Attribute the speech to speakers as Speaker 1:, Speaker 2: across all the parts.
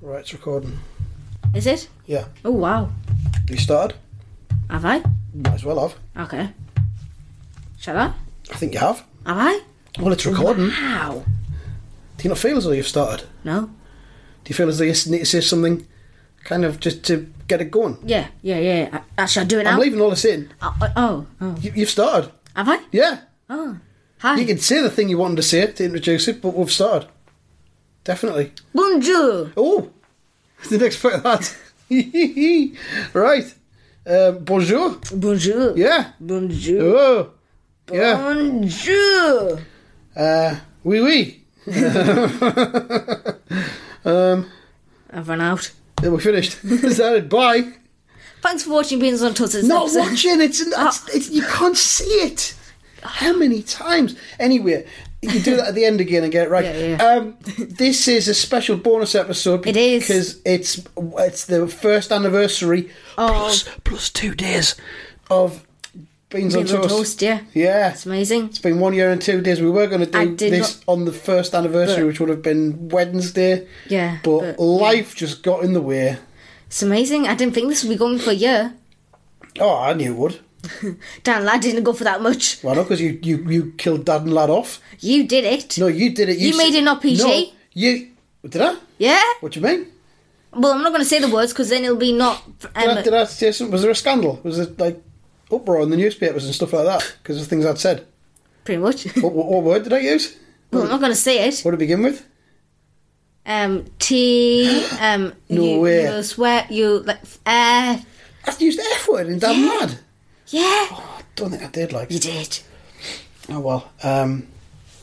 Speaker 1: Right, it's recording.
Speaker 2: Is it?
Speaker 1: Yeah.
Speaker 2: Oh wow.
Speaker 1: You started?
Speaker 2: Have I?
Speaker 1: Might as well have.
Speaker 2: Okay. Shall I?
Speaker 1: I think you have.
Speaker 2: Have I?
Speaker 1: Well, it's recording.
Speaker 2: Wow.
Speaker 1: Do you not feel as though you've started?
Speaker 2: No.
Speaker 1: Do you feel as though you s- need to say something kind of just to get it going?
Speaker 2: Yeah. Yeah. Yeah. I, I shall do it now.
Speaker 1: I'm leaving all this in.
Speaker 2: Oh, oh, oh. Oh.
Speaker 1: You, you've started.
Speaker 2: Have I?
Speaker 1: Yeah.
Speaker 2: Oh. Hi.
Speaker 1: You can say the thing you wanted to say to introduce it, but we've started. Definitely.
Speaker 2: Bonjour.
Speaker 1: Oh! Didn't expect that. right. Um, bonjour.
Speaker 2: Bonjour.
Speaker 1: Yeah.
Speaker 2: Bonjour.
Speaker 1: Oh. Yeah.
Speaker 2: Bonjour.
Speaker 1: Uh, oui, oui.
Speaker 2: I've run out.
Speaker 1: Then we're finished. Is that it? Bye.
Speaker 2: Thanks for watching Beans on Tutters.
Speaker 1: not
Speaker 2: episode.
Speaker 1: watching. It's,
Speaker 2: Ah.
Speaker 1: it's, it's you can't see it. How many times? Anyway, you do that at the end again and get it right.
Speaker 2: Yeah, yeah.
Speaker 1: Um, this is a special bonus episode.
Speaker 2: It is.
Speaker 1: because it's it's the first anniversary
Speaker 2: Oh.
Speaker 1: plus plus two days of beans,
Speaker 2: Beans
Speaker 1: on
Speaker 2: on
Speaker 1: toast.
Speaker 2: toast. Yeah.
Speaker 1: Yeah,
Speaker 2: It's amazing.
Speaker 1: it's been one year and two days. We were going to
Speaker 2: I
Speaker 1: do
Speaker 2: did
Speaker 1: this on the first anniversary,
Speaker 2: But-
Speaker 1: which would have been Wednesday.
Speaker 2: Yeah,
Speaker 1: but,
Speaker 2: but-
Speaker 1: life just got in the way.
Speaker 2: It's amazing. I didn't think this would be going for a year.
Speaker 1: Oh, I knew it would.
Speaker 2: Damn, lad didn't go for that much.
Speaker 1: Why not? Because you, you, you killed Dad and Lad off.
Speaker 2: You did it.
Speaker 1: No, you did it.
Speaker 2: You
Speaker 1: s-
Speaker 2: made it not PG?
Speaker 1: No, you did I?
Speaker 2: Yeah.
Speaker 1: What do you mean?
Speaker 2: Well, I'm not going to say the words because then it'll be not.
Speaker 1: Did, I,
Speaker 2: um,
Speaker 1: did I say something? Was there a scandal? Was it like uproar in the newspapers and stuff like that because of things I'd said?
Speaker 2: Pretty much.
Speaker 1: What, what, what word did I use?
Speaker 2: Well, I'm not going to say it.
Speaker 1: What to begin with?
Speaker 2: Um, T. Um,
Speaker 1: No
Speaker 2: you,
Speaker 1: way.
Speaker 2: You swear. You like. f- Uh,
Speaker 1: I used the F word in Damn Mad.
Speaker 2: yeah.
Speaker 1: I don't think I did. Like,
Speaker 2: You did.
Speaker 1: oh well. Um,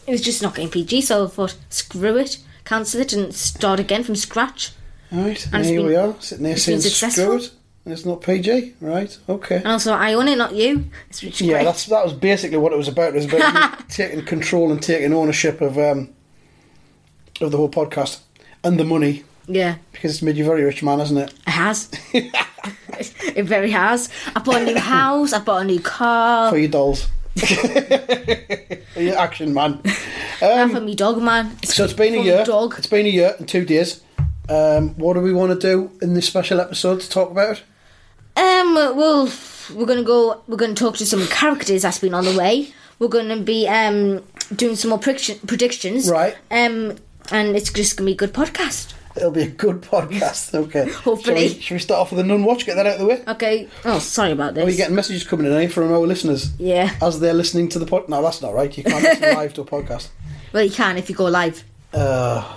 Speaker 2: It was just not getting PG, so I thought, screw it, cancel it, and start again from scratch.
Speaker 1: all right.
Speaker 2: And it's
Speaker 1: here we
Speaker 2: been-
Speaker 1: are sitting there
Speaker 2: it's
Speaker 1: saying
Speaker 2: been successful?
Speaker 1: screw it. And it's not PG, right? Okay.
Speaker 2: And also, I own it, not you. It's which is
Speaker 1: Yeah,
Speaker 2: great.
Speaker 1: that's that was basically what it was about. It was about you taking control and taking ownership of um, of the whole podcast and the money.
Speaker 2: Yeah,
Speaker 1: Because it's made you a very rich man, hasn't it?
Speaker 2: it has. it very has. I bought a new house. I bought a new car.
Speaker 1: For your dolls. you action man.
Speaker 2: I for me dog man. It's
Speaker 1: So it's been a
Speaker 2: full
Speaker 1: year.
Speaker 2: Dog.
Speaker 1: It's been a year and two days. Um, what do we want to do in this special episode to talk about?
Speaker 2: Um, well, we're gonna go. We're gonna talk to some characters that's been on the way. We're gonna be um doing some more prediction, predictions.
Speaker 1: Right.
Speaker 2: Um, and it's just gonna be a good podcast.
Speaker 1: It'll be a good podcast. Okay. Shall
Speaker 2: Hopefully.
Speaker 1: we, shall we start off with a nun watch? Get that out of the way.
Speaker 2: Okay. Oh, sorry about this.
Speaker 1: We're getting messages coming in eh, from our listeners.
Speaker 2: Yeah.
Speaker 1: As they're listening to the pod. No, that's not right. You can't listen live to a podcast.
Speaker 2: well, you can if you go live.
Speaker 1: Uh,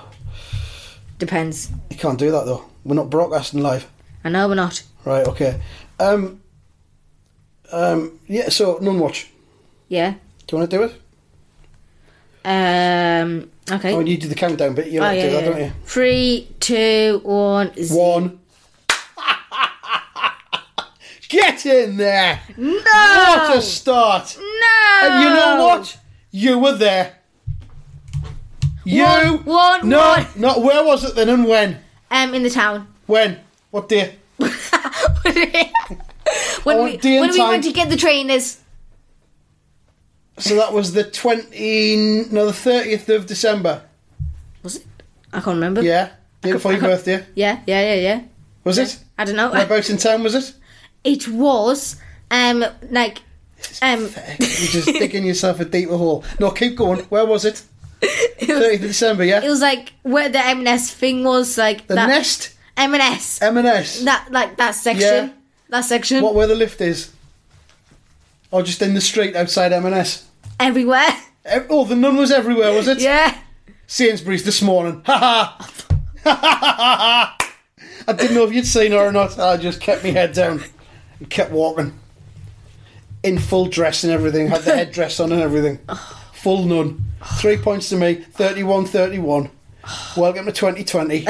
Speaker 2: Depends.
Speaker 1: you can't do that though. We're not broadcasting live.
Speaker 2: I know we're not.
Speaker 1: Right. Okay. Um. Um. Yeah. So nun watch.
Speaker 2: Yeah.
Speaker 1: Do you want to do it?
Speaker 2: Um. Okay.
Speaker 1: Oh, you do the countdown bit.
Speaker 2: Ah,
Speaker 1: You like to do that, don't you?
Speaker 2: Three, two, one, zero.
Speaker 1: One. Get in there!
Speaker 2: No.
Speaker 1: What a start!
Speaker 2: no.
Speaker 1: And you know what? You were there. You.
Speaker 2: One, one,
Speaker 1: no,
Speaker 2: one.
Speaker 1: not where was it then and when?
Speaker 2: Um, in the town.
Speaker 1: When? What day?
Speaker 2: when
Speaker 1: Oh,
Speaker 2: we
Speaker 1: day and
Speaker 2: when we
Speaker 1: time.
Speaker 2: went to get the trainers.
Speaker 1: So that was the 20, no, the 30th of December.
Speaker 2: Was it? I can't remember.
Speaker 1: Yeah. Day before your birthday.
Speaker 2: Yeah, yeah, yeah, yeah.
Speaker 1: Was it?
Speaker 2: I don't know.
Speaker 1: Whereabouts in town was it?
Speaker 2: It was um like um
Speaker 1: You're just digging yourself a deeper hole. No, keep going. Where was it? 30th of December,
Speaker 2: it
Speaker 1: yeah?
Speaker 2: was like where the M&S thing was like
Speaker 1: The
Speaker 2: that
Speaker 1: nest?
Speaker 2: M&S
Speaker 1: M&S.
Speaker 2: that like that section
Speaker 1: Yeah.
Speaker 2: that section
Speaker 1: What where the lift is? Or just in the street outside M&S?
Speaker 2: everywhere.
Speaker 1: Ev- Oh, the nun was everywhere, was it?
Speaker 2: Yeah.
Speaker 1: Sainsbury's this morning. Ha ha! Ha ha ha ha! I didn't know if you'd seen her or not. I just kept my head down and kept walking. In full dress and everything. Had the headdress on and everything. Full nun. Three points to me. 31 31. Welcome to 2020.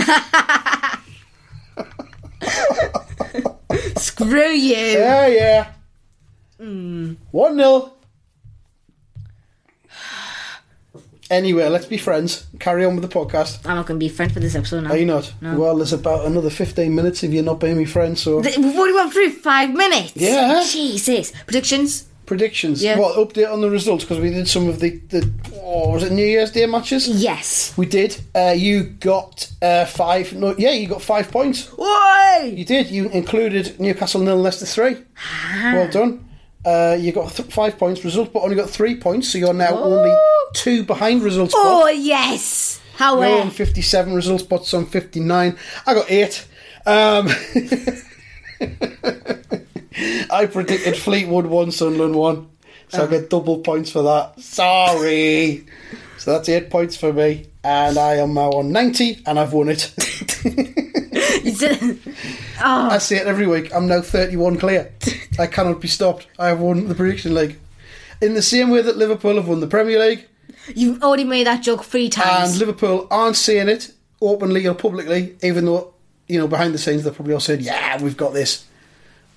Speaker 2: Screw you.
Speaker 1: yeah, yeah. 1 0. Anyway, let's be friends. Carry on with the podcast.
Speaker 2: I'm not gonna be a friend for this episode now.
Speaker 1: Are you not? Well, there's about another 15 minutes if you're not being my friend, so.
Speaker 2: Th- We've already went through five minutes.
Speaker 1: Yeah.
Speaker 2: Jesus. Predictions.
Speaker 1: predictions.
Speaker 2: Yeah.
Speaker 1: Well, update on the results because we did some of the the oh, was it New Year's Day matches?
Speaker 2: Yes.
Speaker 1: We did. Uh, you got uh, five. No, yeah, you got five points.
Speaker 2: Why?
Speaker 1: You did. You included Newcastle nil, Leicester three.
Speaker 2: Ah.
Speaker 1: Well done. Uh, you got th- five points. Result, but only got three points, so you're now only two behind results.
Speaker 2: Oh yes. How
Speaker 1: You're
Speaker 2: well?
Speaker 1: on 57 results, but some 59. I got eight. Um, I predicted Fleetwood one, Sunderland one. So I get double points for that. Sorry. so that's eight points for me. And I am now on 90 and I've won it.
Speaker 2: uh,
Speaker 1: I say it every week. I'm now 31 clear. I cannot be stopped. I have won the prediction league. In the same way that Liverpool have won the Premier League,
Speaker 2: You've already made that joke three
Speaker 1: and
Speaker 2: times.
Speaker 1: Liverpool aren't saying it openly or publicly, even though you know behind the scenes they're probably all saying, "Yeah, we've got this.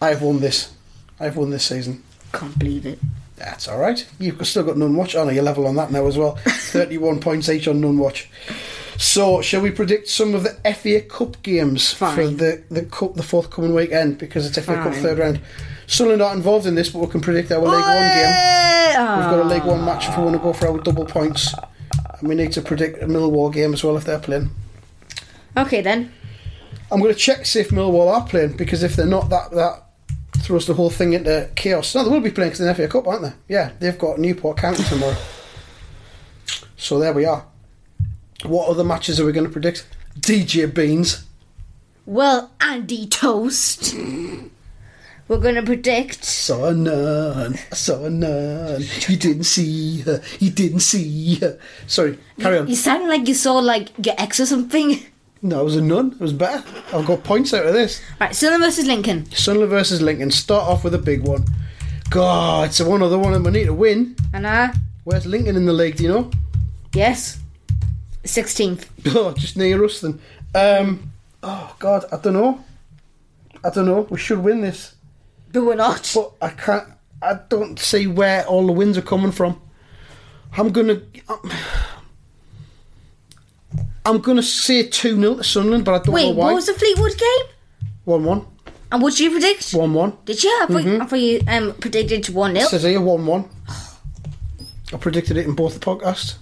Speaker 1: I've won this. I've won this season."
Speaker 2: Can't believe it.
Speaker 1: That's all right. You've still got none watch. I know you're level on that now as well. Thirty-one points each on none watch. So, shall we predict some of the FA Cup games for
Speaker 2: Fine.
Speaker 1: the the cup the forthcoming weekend because it's FA Cup
Speaker 2: Fine.
Speaker 1: third round. Sunderland aren't involved in this, but we can predict our League One game. We've got a League
Speaker 2: Ah.
Speaker 1: One match if we want to go for our double points. And we need to predict a Millwall game as well if they're playing.
Speaker 2: Okay then.
Speaker 1: I'm going to check see if Millwall are playing because if they're not, that that throws the whole thing into chaos. No, they will be playing because they're in the FA Cup, aren't they? Yeah, they've got Newport County tomorrow. so there we are. What other matches are we going to predict? DJ Beans.
Speaker 2: Well, Andy Toast. We're gonna predict.
Speaker 1: Saw a nun. I saw a nun. You didn't see her. You didn't see her. Sorry, carry on.
Speaker 2: You sound like you saw like your ex or something.
Speaker 1: No, it was a nun. It was better. I've got points out of this.
Speaker 2: Right, Sunderland versus Lincoln.
Speaker 1: Sunderland versus Lincoln. Start off with a big one. God, it's one other one that we need to win.
Speaker 2: And uh
Speaker 1: Where's Lincoln in the league? Do you know?
Speaker 2: yes. Sixteenth.
Speaker 1: Oh, just near us then. Um, oh God, I don't know. I don't know. We should win this,
Speaker 2: But we're not.
Speaker 1: but I can't. I don't see where all the wins are coming from. I'm gonna. I'm, I'm gonna say two 0 to Sunderland, but I don't know
Speaker 2: Wait,
Speaker 1: why.
Speaker 2: what was the Fleetwood game?
Speaker 1: One one,
Speaker 2: And what did you predict?
Speaker 1: one one.
Speaker 2: Did you? I thought,
Speaker 1: Mm-hmm.
Speaker 2: I thought you um, predicted 1 0.
Speaker 1: Says here one one. I predicted it in both the podcasts.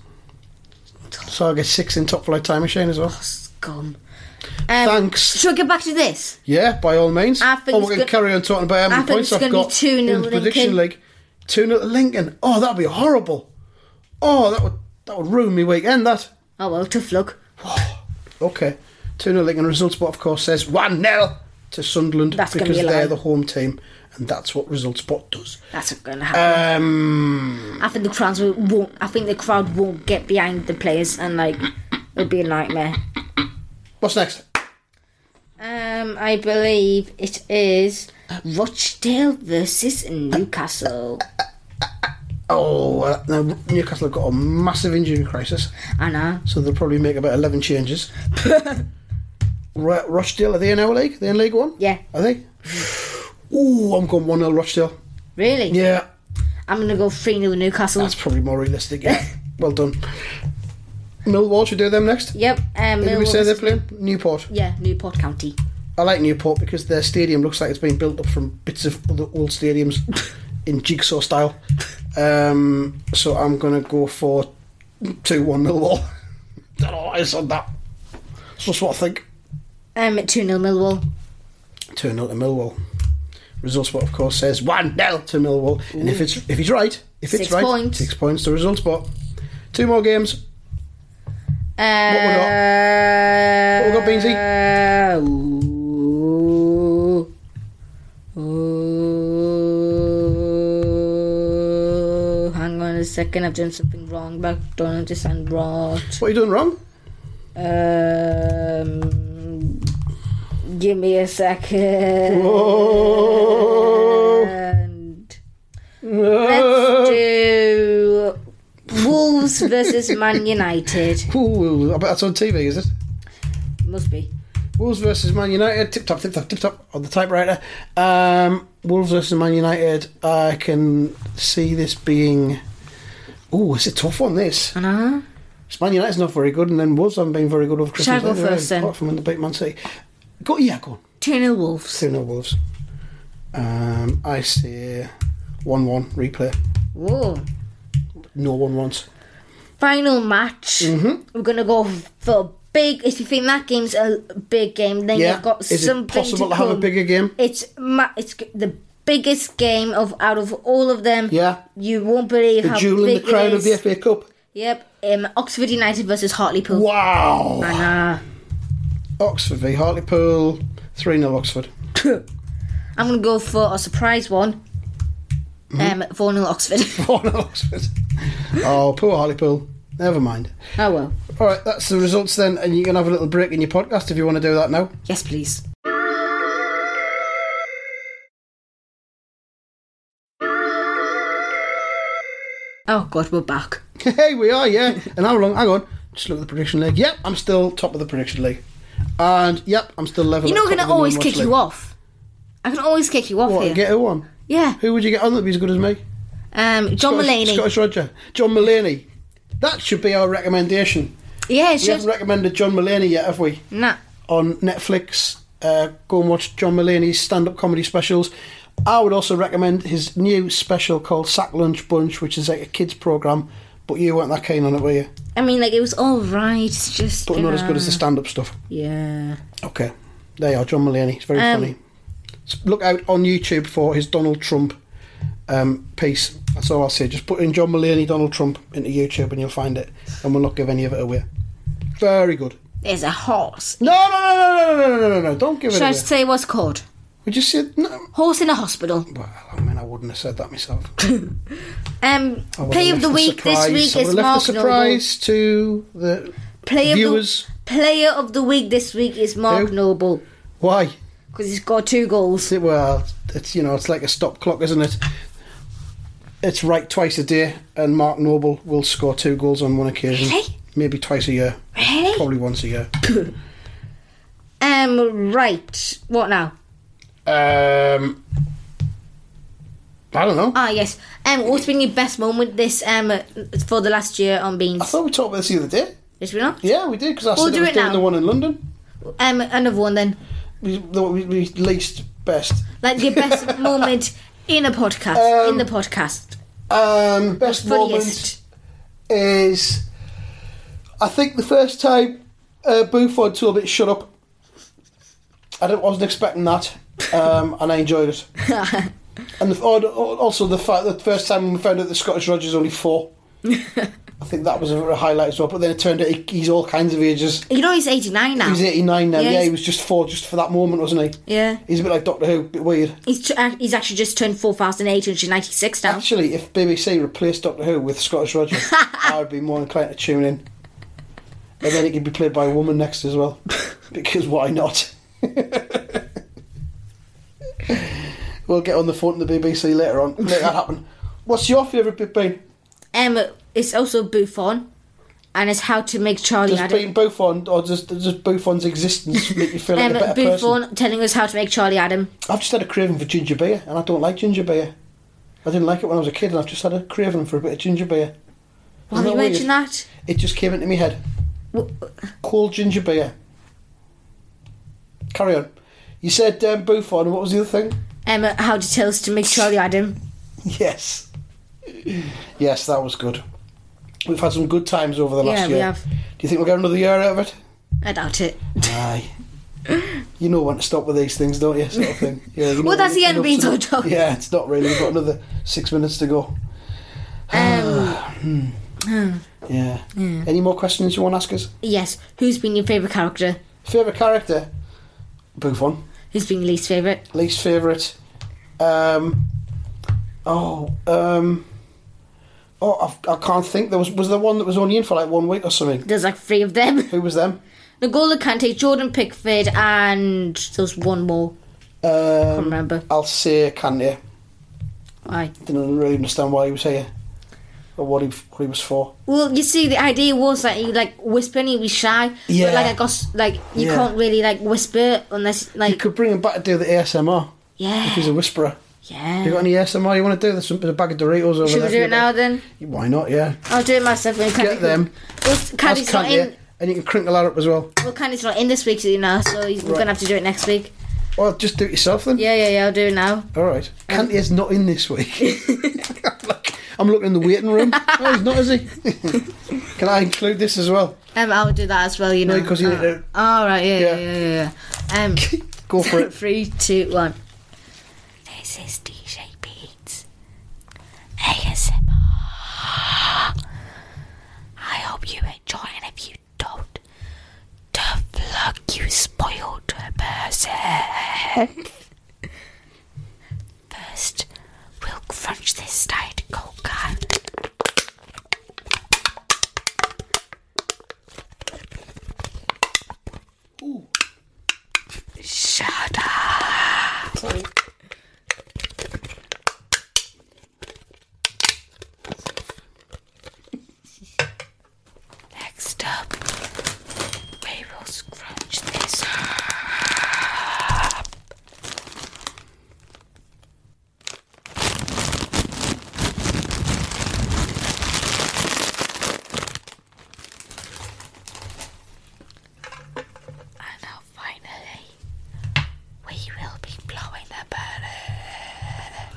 Speaker 1: So I get six in top flight time machine as well.
Speaker 2: Scum. Um,
Speaker 1: Thanks.
Speaker 2: Should we get back to this?
Speaker 1: Yeah, by all means.
Speaker 2: I think
Speaker 1: oh,
Speaker 2: it's
Speaker 1: we're going
Speaker 2: go-
Speaker 1: to carry on talking about how
Speaker 2: I
Speaker 1: many
Speaker 2: think
Speaker 1: points
Speaker 2: it's
Speaker 1: I've
Speaker 2: gonna be
Speaker 1: got
Speaker 2: 2-0
Speaker 1: in the prediction
Speaker 2: Lincoln.
Speaker 1: league. Two 0 Lincoln. Oh, that'd be horrible. Oh, that would that would ruin me weekend. That
Speaker 2: Oh well, tough luck.
Speaker 1: okay. Two 0 Lincoln results, but of course says one 0 to Sunderland
Speaker 2: That's gonna
Speaker 1: because
Speaker 2: be a lie.
Speaker 1: they're the home team, and that's what results spot does.
Speaker 2: That's not going to happen.
Speaker 1: Um,
Speaker 2: I think the crowds will- won't. I think the crowd won't get behind the players, and like it'll be a nightmare.
Speaker 1: what's next?
Speaker 2: Um, I believe it is Rochdale versus Newcastle.
Speaker 1: Oh, uh, now Newcastle have got a massive injury crisis,
Speaker 2: Anna,
Speaker 1: so they'll probably make about eleven changes. Ro- Rochdale are they in our league? Are they in League One?
Speaker 2: yeah,
Speaker 1: Are they? Ooh, I'm going 1 0 Rochdale.
Speaker 2: really?
Speaker 1: Yeah,
Speaker 2: I'm gonna go three 0 Newcastle.
Speaker 1: that's probably more realistic. Yeah. well done. Millwall should do them next.
Speaker 2: yep. Um,
Speaker 1: Did we
Speaker 2: Millwall
Speaker 1: say they're
Speaker 2: versus-
Speaker 1: playing? Newport.
Speaker 2: Yeah, Newport County.
Speaker 1: I like Newport because their stadium looks like it's been built up from bits of other old stadiums in jigsaw style. Um, so I'm going to go for 2 1 Millwall. don't know why I said that. That's just what I think.
Speaker 2: Um, two 0 Millwall.
Speaker 1: 2 0 to Millwall. Results spot, of course, says 1 0 to Millwall. And if it's if he's right, if it's
Speaker 2: Six
Speaker 1: right,
Speaker 2: points.
Speaker 1: six points to result spot. Two more games.
Speaker 2: Uh,
Speaker 1: What we got, Beansy?
Speaker 2: Uh, ooh, Uh, ooh. uh, Hang on a second, I've done something wrong, but I don't understand what.
Speaker 1: What are you doing wrong?
Speaker 2: Um, give me a second.
Speaker 1: Oh.
Speaker 2: And let's do Wolves versus Man United.
Speaker 1: Ooh, I bet that's on TV, is it?
Speaker 2: Must be.
Speaker 1: Wolves versus Man United, tip top, tip top, tip top on the typewriter. Um, Wolves versus Man United, I can see this being. Ooh, it's a tough one, this.
Speaker 2: Uh-huh.
Speaker 1: It's Man United's not very good, and then Wolves haven't been very good over Christmas.
Speaker 2: I go
Speaker 1: have they,
Speaker 2: first, then?
Speaker 1: Apart from when they beat Man City. Go, yeah, go on.
Speaker 2: Two nil Wolves.
Speaker 1: 2 0 Wolves. Um, I say 1 1 replay.
Speaker 2: Whoa.
Speaker 1: No one wants.
Speaker 2: Final match.
Speaker 1: Mm-hmm.
Speaker 2: We're going to go for a big. If you think that game's a big game, then
Speaker 1: Yeah.
Speaker 2: you've got
Speaker 1: Is it
Speaker 2: something
Speaker 1: possible to,
Speaker 2: to
Speaker 1: have a
Speaker 2: come.
Speaker 1: bigger game?
Speaker 2: It's ma- it's g- the biggest game of out of all of them.
Speaker 1: Yeah.
Speaker 2: You won't believe
Speaker 1: The
Speaker 2: how
Speaker 1: duel in
Speaker 2: big
Speaker 1: the crown
Speaker 2: it
Speaker 1: of
Speaker 2: is.
Speaker 1: the FA Cup.
Speaker 2: Yep. Um, Oxford United versus Hartlepool.
Speaker 1: Wow.
Speaker 2: And,
Speaker 1: Oxford v Hartlepool. 3 0 Oxford.
Speaker 2: uh, I'm gonna go for a surprise one.
Speaker 1: Mm-hmm.
Speaker 2: Um, four 0 Oxford.
Speaker 1: 4 0 Oxford. Oh, poor Hartlepool. Never mind.
Speaker 2: oh well.
Speaker 1: All right, that's the results then, and you can have a little break in your podcast if you want to do that now.
Speaker 2: Yes, please. Oh God, we're back.
Speaker 1: Hey, we are, yeah. And how long? Hang on. Just look at the prediction league. Yep, I'm still top of the prediction league. And yep, I'm still level.
Speaker 2: You're
Speaker 1: at top
Speaker 2: not gonna
Speaker 1: of the
Speaker 2: always
Speaker 1: non-watch
Speaker 2: kick
Speaker 1: league.
Speaker 2: you off. I can always kick you off
Speaker 1: What,
Speaker 2: here.
Speaker 1: get who on?
Speaker 2: Yeah.
Speaker 1: Who would you get on that'd be as good as me?
Speaker 2: Um, John
Speaker 1: Scottish-
Speaker 2: Mulaney.
Speaker 1: Scottish Roger. John Mulaney. That should be our recommendation.
Speaker 2: Yeah, it's
Speaker 1: We haven't
Speaker 2: just
Speaker 1: recommended John Mulaney yet, have we?
Speaker 2: nah.
Speaker 1: On Netflix, uh, go and watch John Mulaney's stand-up comedy specials. I would also recommend his new special called Sack Lunch Bunch, which is like a kids program. But you weren't that keen on it, were you?
Speaker 2: I mean, like it was all right. It's just
Speaker 1: But not as
Speaker 2: uh,
Speaker 1: good as the stand-up stuff.
Speaker 2: Yeah.
Speaker 1: Okay. There you are, John Mulaney. It's very
Speaker 2: Um,
Speaker 1: funny. S- Look out on YouTube for his Donald Trump um, piece. That's all I'll say. Just put in John Mulaney, Donald Trump into YouTube and you'll find it. And we'll not give any of it away. Very good.
Speaker 2: There's a horse.
Speaker 1: No, no, no, no, no, no, no, no, no, no. Don't give it
Speaker 2: Should I
Speaker 1: away.
Speaker 2: say what's called?
Speaker 1: We just said, no.
Speaker 2: Horse in a hospital.
Speaker 1: Well, I mean, I wouldn't have said that myself.
Speaker 2: Um,
Speaker 1: I would
Speaker 2: play
Speaker 1: have
Speaker 2: of the
Speaker 1: left
Speaker 2: week this
Speaker 1: surprise- I
Speaker 2: week
Speaker 1: would
Speaker 2: is
Speaker 1: have left
Speaker 2: Mark
Speaker 1: the
Speaker 2: Noble.
Speaker 1: surprise to the
Speaker 2: Player
Speaker 1: viewers.
Speaker 2: Of the, player of the week this week is Mark
Speaker 1: Who?
Speaker 2: Noble
Speaker 1: Why?
Speaker 2: because he's got two goals.
Speaker 1: It- well, it's you know, it's like a stop clock, isn't it? It's right twice a day, and Mark Noble will score two goals on one occasion,
Speaker 2: Really?
Speaker 1: maybe twice a year,
Speaker 2: Really?
Speaker 1: probably once a year.
Speaker 2: Um, right. What now?
Speaker 1: Um, I don't know.
Speaker 2: Ah, yes. Um, what's been your best moment this um for the last year on
Speaker 1: I
Speaker 2: Beans?
Speaker 1: thought we talked about this the other day.
Speaker 2: Yes, we not.
Speaker 1: Yeah, we did because I
Speaker 2: We'll
Speaker 1: said
Speaker 2: do
Speaker 1: I was
Speaker 2: it
Speaker 1: doing
Speaker 2: now.
Speaker 1: the one in London.
Speaker 2: Um, another one then.
Speaker 1: We, the one we, we least best.
Speaker 2: Like your best moment in a podcast. in the podcast.
Speaker 1: Um, best moment
Speaker 2: Funniest.
Speaker 1: is, I think the first time uh, Buford told me to shut up. I didn't, wasn't expecting that, um, and I enjoyed it. And the, al- al- also the fact that the first time we found out that Scottish Rogers only four, I think that was a, a highlight as well. But then it turned out he, he's all kinds of ages.
Speaker 2: you know he's 89 now.
Speaker 1: He's eighty nine now.
Speaker 2: Yeah,
Speaker 1: Yeah, he
Speaker 2: he's-
Speaker 1: was just four just for that moment, wasn't he?
Speaker 2: yeah.
Speaker 1: He's a bit like Doctor Who, a bit weird.
Speaker 2: He's tr- uh, he's actually just turned 4,896 now.
Speaker 1: Actually, if BBC replaced Doctor Who with Scottish Roger, I would be more inclined to tune in. And then it could be played by a woman next as well. Because why not? we'll get on the phone to the BBC later on. Make that happen. What's your favourite bit been?
Speaker 2: Um, it's also Buffon, and it's how to make Charlie
Speaker 1: Does
Speaker 2: Adam.
Speaker 1: being Buffon or does, does Buffon's existence make you feel like
Speaker 2: Um,
Speaker 1: a better
Speaker 2: Buffon
Speaker 1: person?
Speaker 2: telling us how to make Charlie Adam.
Speaker 1: I've just had a craving for ginger beer and I don't like ginger beer. I didn't like it when I was a kid and I've just had a craving for a bit of ginger beer.
Speaker 2: Why have
Speaker 1: Isn't that
Speaker 2: you
Speaker 1: weird?
Speaker 2: mentioned that?
Speaker 1: It just came into my head. Cold ginger beer. Carry on. You said um, Buffon. What was the other thing?
Speaker 2: Um, how to tell us to make Charlie Adam.
Speaker 1: Yes. Yes, that was good. We've had some good times over the last
Speaker 2: Yeah, we
Speaker 1: year.
Speaker 2: have.
Speaker 1: Do you think we'll get another year out of it?
Speaker 2: I doubt it.
Speaker 1: Aye. You know when to stop with these things, don't you? Sort of thing. Yeah, you know
Speaker 2: Well, that's
Speaker 1: when
Speaker 2: the end of being
Speaker 1: enough's
Speaker 2: so
Speaker 1: enough.
Speaker 2: dumb.
Speaker 1: Yeah, it's not really. We've got another six minutes to go.
Speaker 2: Um,
Speaker 1: Yeah. Any more questions you want to ask us?
Speaker 2: yes. Who's been your favourite character?
Speaker 1: Favourite character? Buffon.
Speaker 2: Who's been your least favourite?
Speaker 1: least favourite. Um, oh, um, oh, I've, I can't think. There was was there one that was only in for like one week or something.
Speaker 2: There's like three of them.
Speaker 1: Who was them?
Speaker 2: N'Golo Kante, Jordan Pickford, and there's one more. Can't
Speaker 1: Um,
Speaker 2: remember.
Speaker 1: I'll say Kante.
Speaker 2: Why?
Speaker 1: Didn't really understand why he was here or what he what he was for.
Speaker 2: Well, you see, the idea was that you like whisper and he'd be shy.
Speaker 1: Yeah.
Speaker 2: But like I got like you
Speaker 1: Yeah.
Speaker 2: can't really like whisper unless
Speaker 1: You
Speaker 2: like
Speaker 1: could bring him back to do the ASMR.
Speaker 2: yeah
Speaker 1: If he's a whisperer. You got
Speaker 2: yeah.
Speaker 1: any ASMR you want to do? There's some, there's a bag of Doritos over
Speaker 2: Should
Speaker 1: there.
Speaker 2: we do it now then?
Speaker 1: Why not? Yeah,
Speaker 2: I'll do it myself. When Candy-
Speaker 1: them.
Speaker 2: Well,
Speaker 1: that's
Speaker 2: Candy's not
Speaker 1: Kante,
Speaker 2: in.
Speaker 1: and you can crinkle that up as well.
Speaker 2: Well, Candy's not in this week, so you know, so he's, we're
Speaker 1: Right.
Speaker 2: gonna have to do it next week.
Speaker 1: Well, just do it yourself then.
Speaker 2: Yeah, yeah, yeah. I'll do it now.
Speaker 1: All right.
Speaker 2: Um,
Speaker 1: Canty is not in this week. I'm looking in the waiting room. No, he's not, is he? Can I include this as well?
Speaker 2: Um, I'll do that as well. You
Speaker 1: No,
Speaker 2: know.
Speaker 1: 'cause you need to-
Speaker 2: All right. Yeah, yeah,
Speaker 1: Yeah.
Speaker 2: yeah, yeah. yeah. Um.
Speaker 1: Go for it.
Speaker 2: Three, two, one. This is DJ Beats. ASMR. I hope you enjoy, and if you don't, tough luck, you spoiled person. First, we'll crunch this diet coca. Shut up. Next up, we will scrunch this up. And now finally, we will be blowing the bird.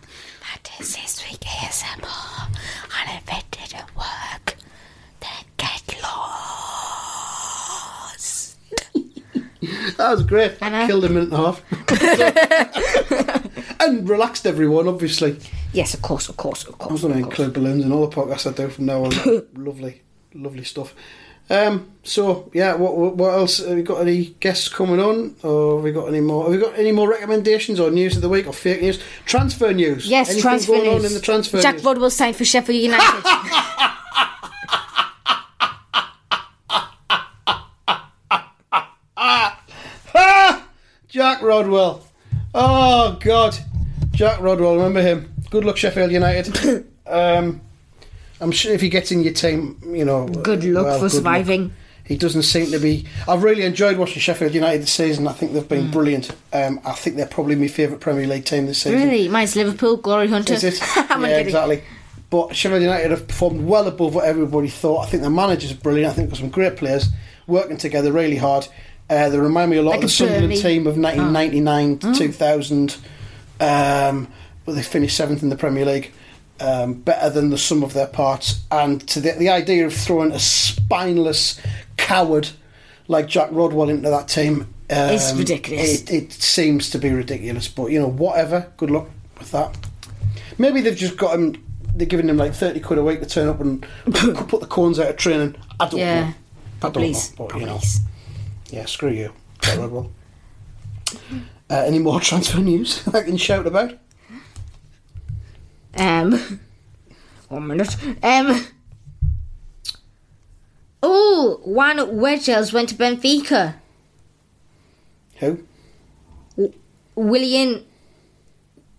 Speaker 2: That is this week ASMR. And if it didn't work, then get lost.
Speaker 1: That was great.
Speaker 2: know.
Speaker 1: Killed a minute and a half. and relaxed everyone, obviously.
Speaker 2: Yes, of course, of course, of course.
Speaker 1: I'm going to include balloons in all the podcasts I do from now on. lovely, lovely stuff. Um, so yeah, what what- what else? Have we got any guests coming on, or have we got any more? Have we got any more recommendations or news of the week or fake news? Transfer news.
Speaker 2: Yes,
Speaker 1: Anything
Speaker 2: transfer
Speaker 1: going
Speaker 2: news.
Speaker 1: on in the transfer
Speaker 2: Jack
Speaker 1: news?
Speaker 2: Rodwell signed for Sheffield United.
Speaker 1: Ah! Jack Rodwell. Oh God, Jack Rodwell. Remember him. Good luck, Sheffield United. um, I'm sure if he gets in your team, you know.
Speaker 2: good luck
Speaker 1: well,
Speaker 2: for
Speaker 1: good luck.
Speaker 2: surviving.
Speaker 1: He doesn't seem to be. I've really enjoyed watching Sheffield United this season. I think they've been
Speaker 2: Mm.
Speaker 1: brilliant. Um, I think they're probably my favourite Premier League team this season.
Speaker 2: Really? Mine's Liverpool, Glory Hunter.
Speaker 1: Is it?
Speaker 2: I'm
Speaker 1: yeah,
Speaker 2: kidding.
Speaker 1: exactly. But Sheffield United have performed well above what everybody thought. I think their manager's brilliant. I think they've got some great players working together really hard. Uh, they remind me a lot
Speaker 2: Like
Speaker 1: of the
Speaker 2: a
Speaker 1: Sunderland
Speaker 2: Burnley. Oh.
Speaker 1: team of 1999 to 2000. Um, well, they finished seventh in the Premier League, um, better than the sum of their parts. And to the, the idea of throwing a spineless coward like Jack Rodwell into that team um,
Speaker 2: It's ridiculous.
Speaker 1: It, it seems to be ridiculous, but you know, whatever. Good luck with that. Maybe they've just got him. They're giving him like thirty quid a week to turn up and put the corns out of training. I don't
Speaker 2: Yeah.
Speaker 1: know. I don't
Speaker 2: Please.
Speaker 1: know, but you know,
Speaker 2: Please.
Speaker 1: yeah, screw you. Jack Rodwell. Uh, any more transfer news I can shout about?
Speaker 2: Um, one minute. Um. Oh, Juan Wedgels went to Benfica.
Speaker 1: Who?
Speaker 2: William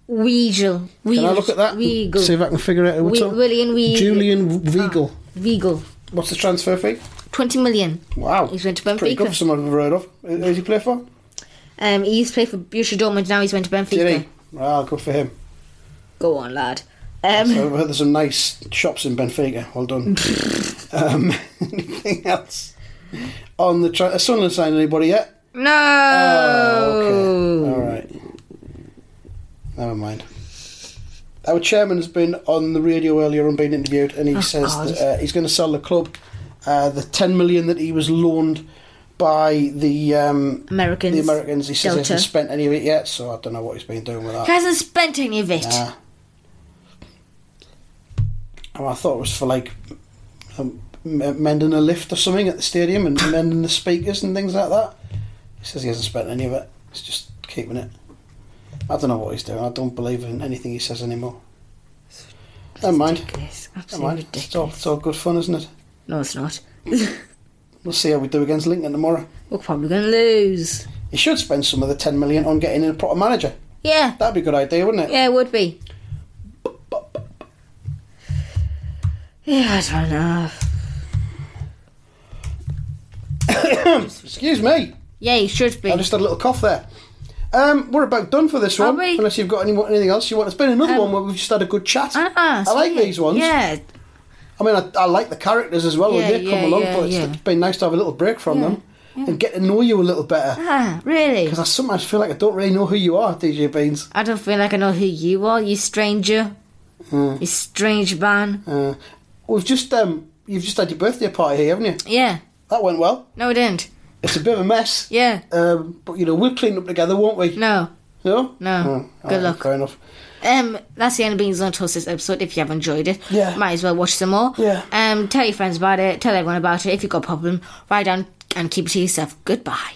Speaker 2: Weigel.
Speaker 1: Can I look at that? and
Speaker 2: Weigel.
Speaker 1: See if I can figure out who it's
Speaker 2: We- Ah.
Speaker 1: on.
Speaker 2: Willian Weigel.
Speaker 1: Julian Weigel.
Speaker 2: Weigel.
Speaker 1: What's the transfer fee?
Speaker 2: 20 million.
Speaker 1: Wow.
Speaker 2: He's went to
Speaker 1: Pretty good
Speaker 2: Benfica.
Speaker 1: for someone I've never heard of. Who who does he play for?
Speaker 2: Um, he used to play for Borussia Dortmund, now he's went to Benfica.
Speaker 1: Did he? Ah, good for him.
Speaker 2: Go on, lad. Um,
Speaker 1: So I've heard there's some nice shops in Benfica. Well done. um, anything else on the tra- has Sunderland signed anybody yet?
Speaker 2: no!
Speaker 1: Oh,
Speaker 2: Oh.
Speaker 1: okay. All right. Never mind. Our chairman has been on the radio earlier and been interviewed, and he says
Speaker 2: Oh, God.
Speaker 1: that, uh, he's going to sell the club. Uh, the ten million that he was loaned by the um,
Speaker 2: Americans.
Speaker 1: the Americans, he says he
Speaker 2: Delta.
Speaker 1: hasn't spent any of it yet. So I don't know what he's been doing with that.
Speaker 2: He hasn't spent any of it.
Speaker 1: Nah. Oh, I thought it was for like um, m- mending a lift or something at the stadium and mending the speakers and things like that. He says he hasn't spent any of it. He's just keeping it. I don't know what he's doing. I don't believe in anything he says anymore. Never mind.
Speaker 2: Ridiculous.
Speaker 1: Never
Speaker 2: Absolutely
Speaker 1: mind. It's all,
Speaker 2: ridiculous.
Speaker 1: it's all good fun, isn't it?
Speaker 2: No, it's not.
Speaker 1: We'll see how we do against Lincoln tomorrow.
Speaker 2: We're probably going to lose.
Speaker 1: He should spend some of the ten million on getting a proper manager.
Speaker 2: Yeah.
Speaker 1: That'd be a good idea, wouldn't it?
Speaker 2: Yeah, it would be. Yeah, I don't know.
Speaker 1: Excuse me.
Speaker 2: Yeah, it should be.
Speaker 1: I just had a little cough there. Um, we're about done for this
Speaker 2: Are
Speaker 1: one.
Speaker 2: we? Um,
Speaker 1: Unless you've got any, anything else you want. It's been another one where we've just had a good chat.
Speaker 2: Ah,
Speaker 1: I like
Speaker 2: sweet.
Speaker 1: these ones.
Speaker 2: Yeah,
Speaker 1: I mean, I, I like the characters as well. when
Speaker 2: Yeah,
Speaker 1: they come
Speaker 2: yeah,
Speaker 1: along,
Speaker 2: yeah,
Speaker 1: but it's,
Speaker 2: yeah.
Speaker 1: it's been nice to have a little break from them and get to know you a little better.
Speaker 2: ah, really.
Speaker 1: Because I sometimes feel like I don't really know who you are, DJ Beans.
Speaker 2: I don't feel like I know who you are, you stranger. You strange man.
Speaker 1: Uh, we've just um, you've just had your birthday party here, haven't you?
Speaker 2: Yeah.
Speaker 1: That went well.
Speaker 2: No, I didn't.
Speaker 1: It's a bit of a mess.
Speaker 2: Yeah.
Speaker 1: Um, but you know we'll clean up together, won't we?
Speaker 2: No.
Speaker 1: No.
Speaker 2: No.
Speaker 1: Oh,
Speaker 2: Good
Speaker 1: alright,
Speaker 2: luck.
Speaker 1: Fair enough.
Speaker 2: Um, that's the end of Beans on Toast this episode. If you have enjoyed it,
Speaker 1: Yeah.
Speaker 2: might as well watch some more.
Speaker 1: Yeah.
Speaker 2: Um, tell your friends about it. Tell everyone about it. If you've got a problem, write down and keep it to yourself. Goodbye.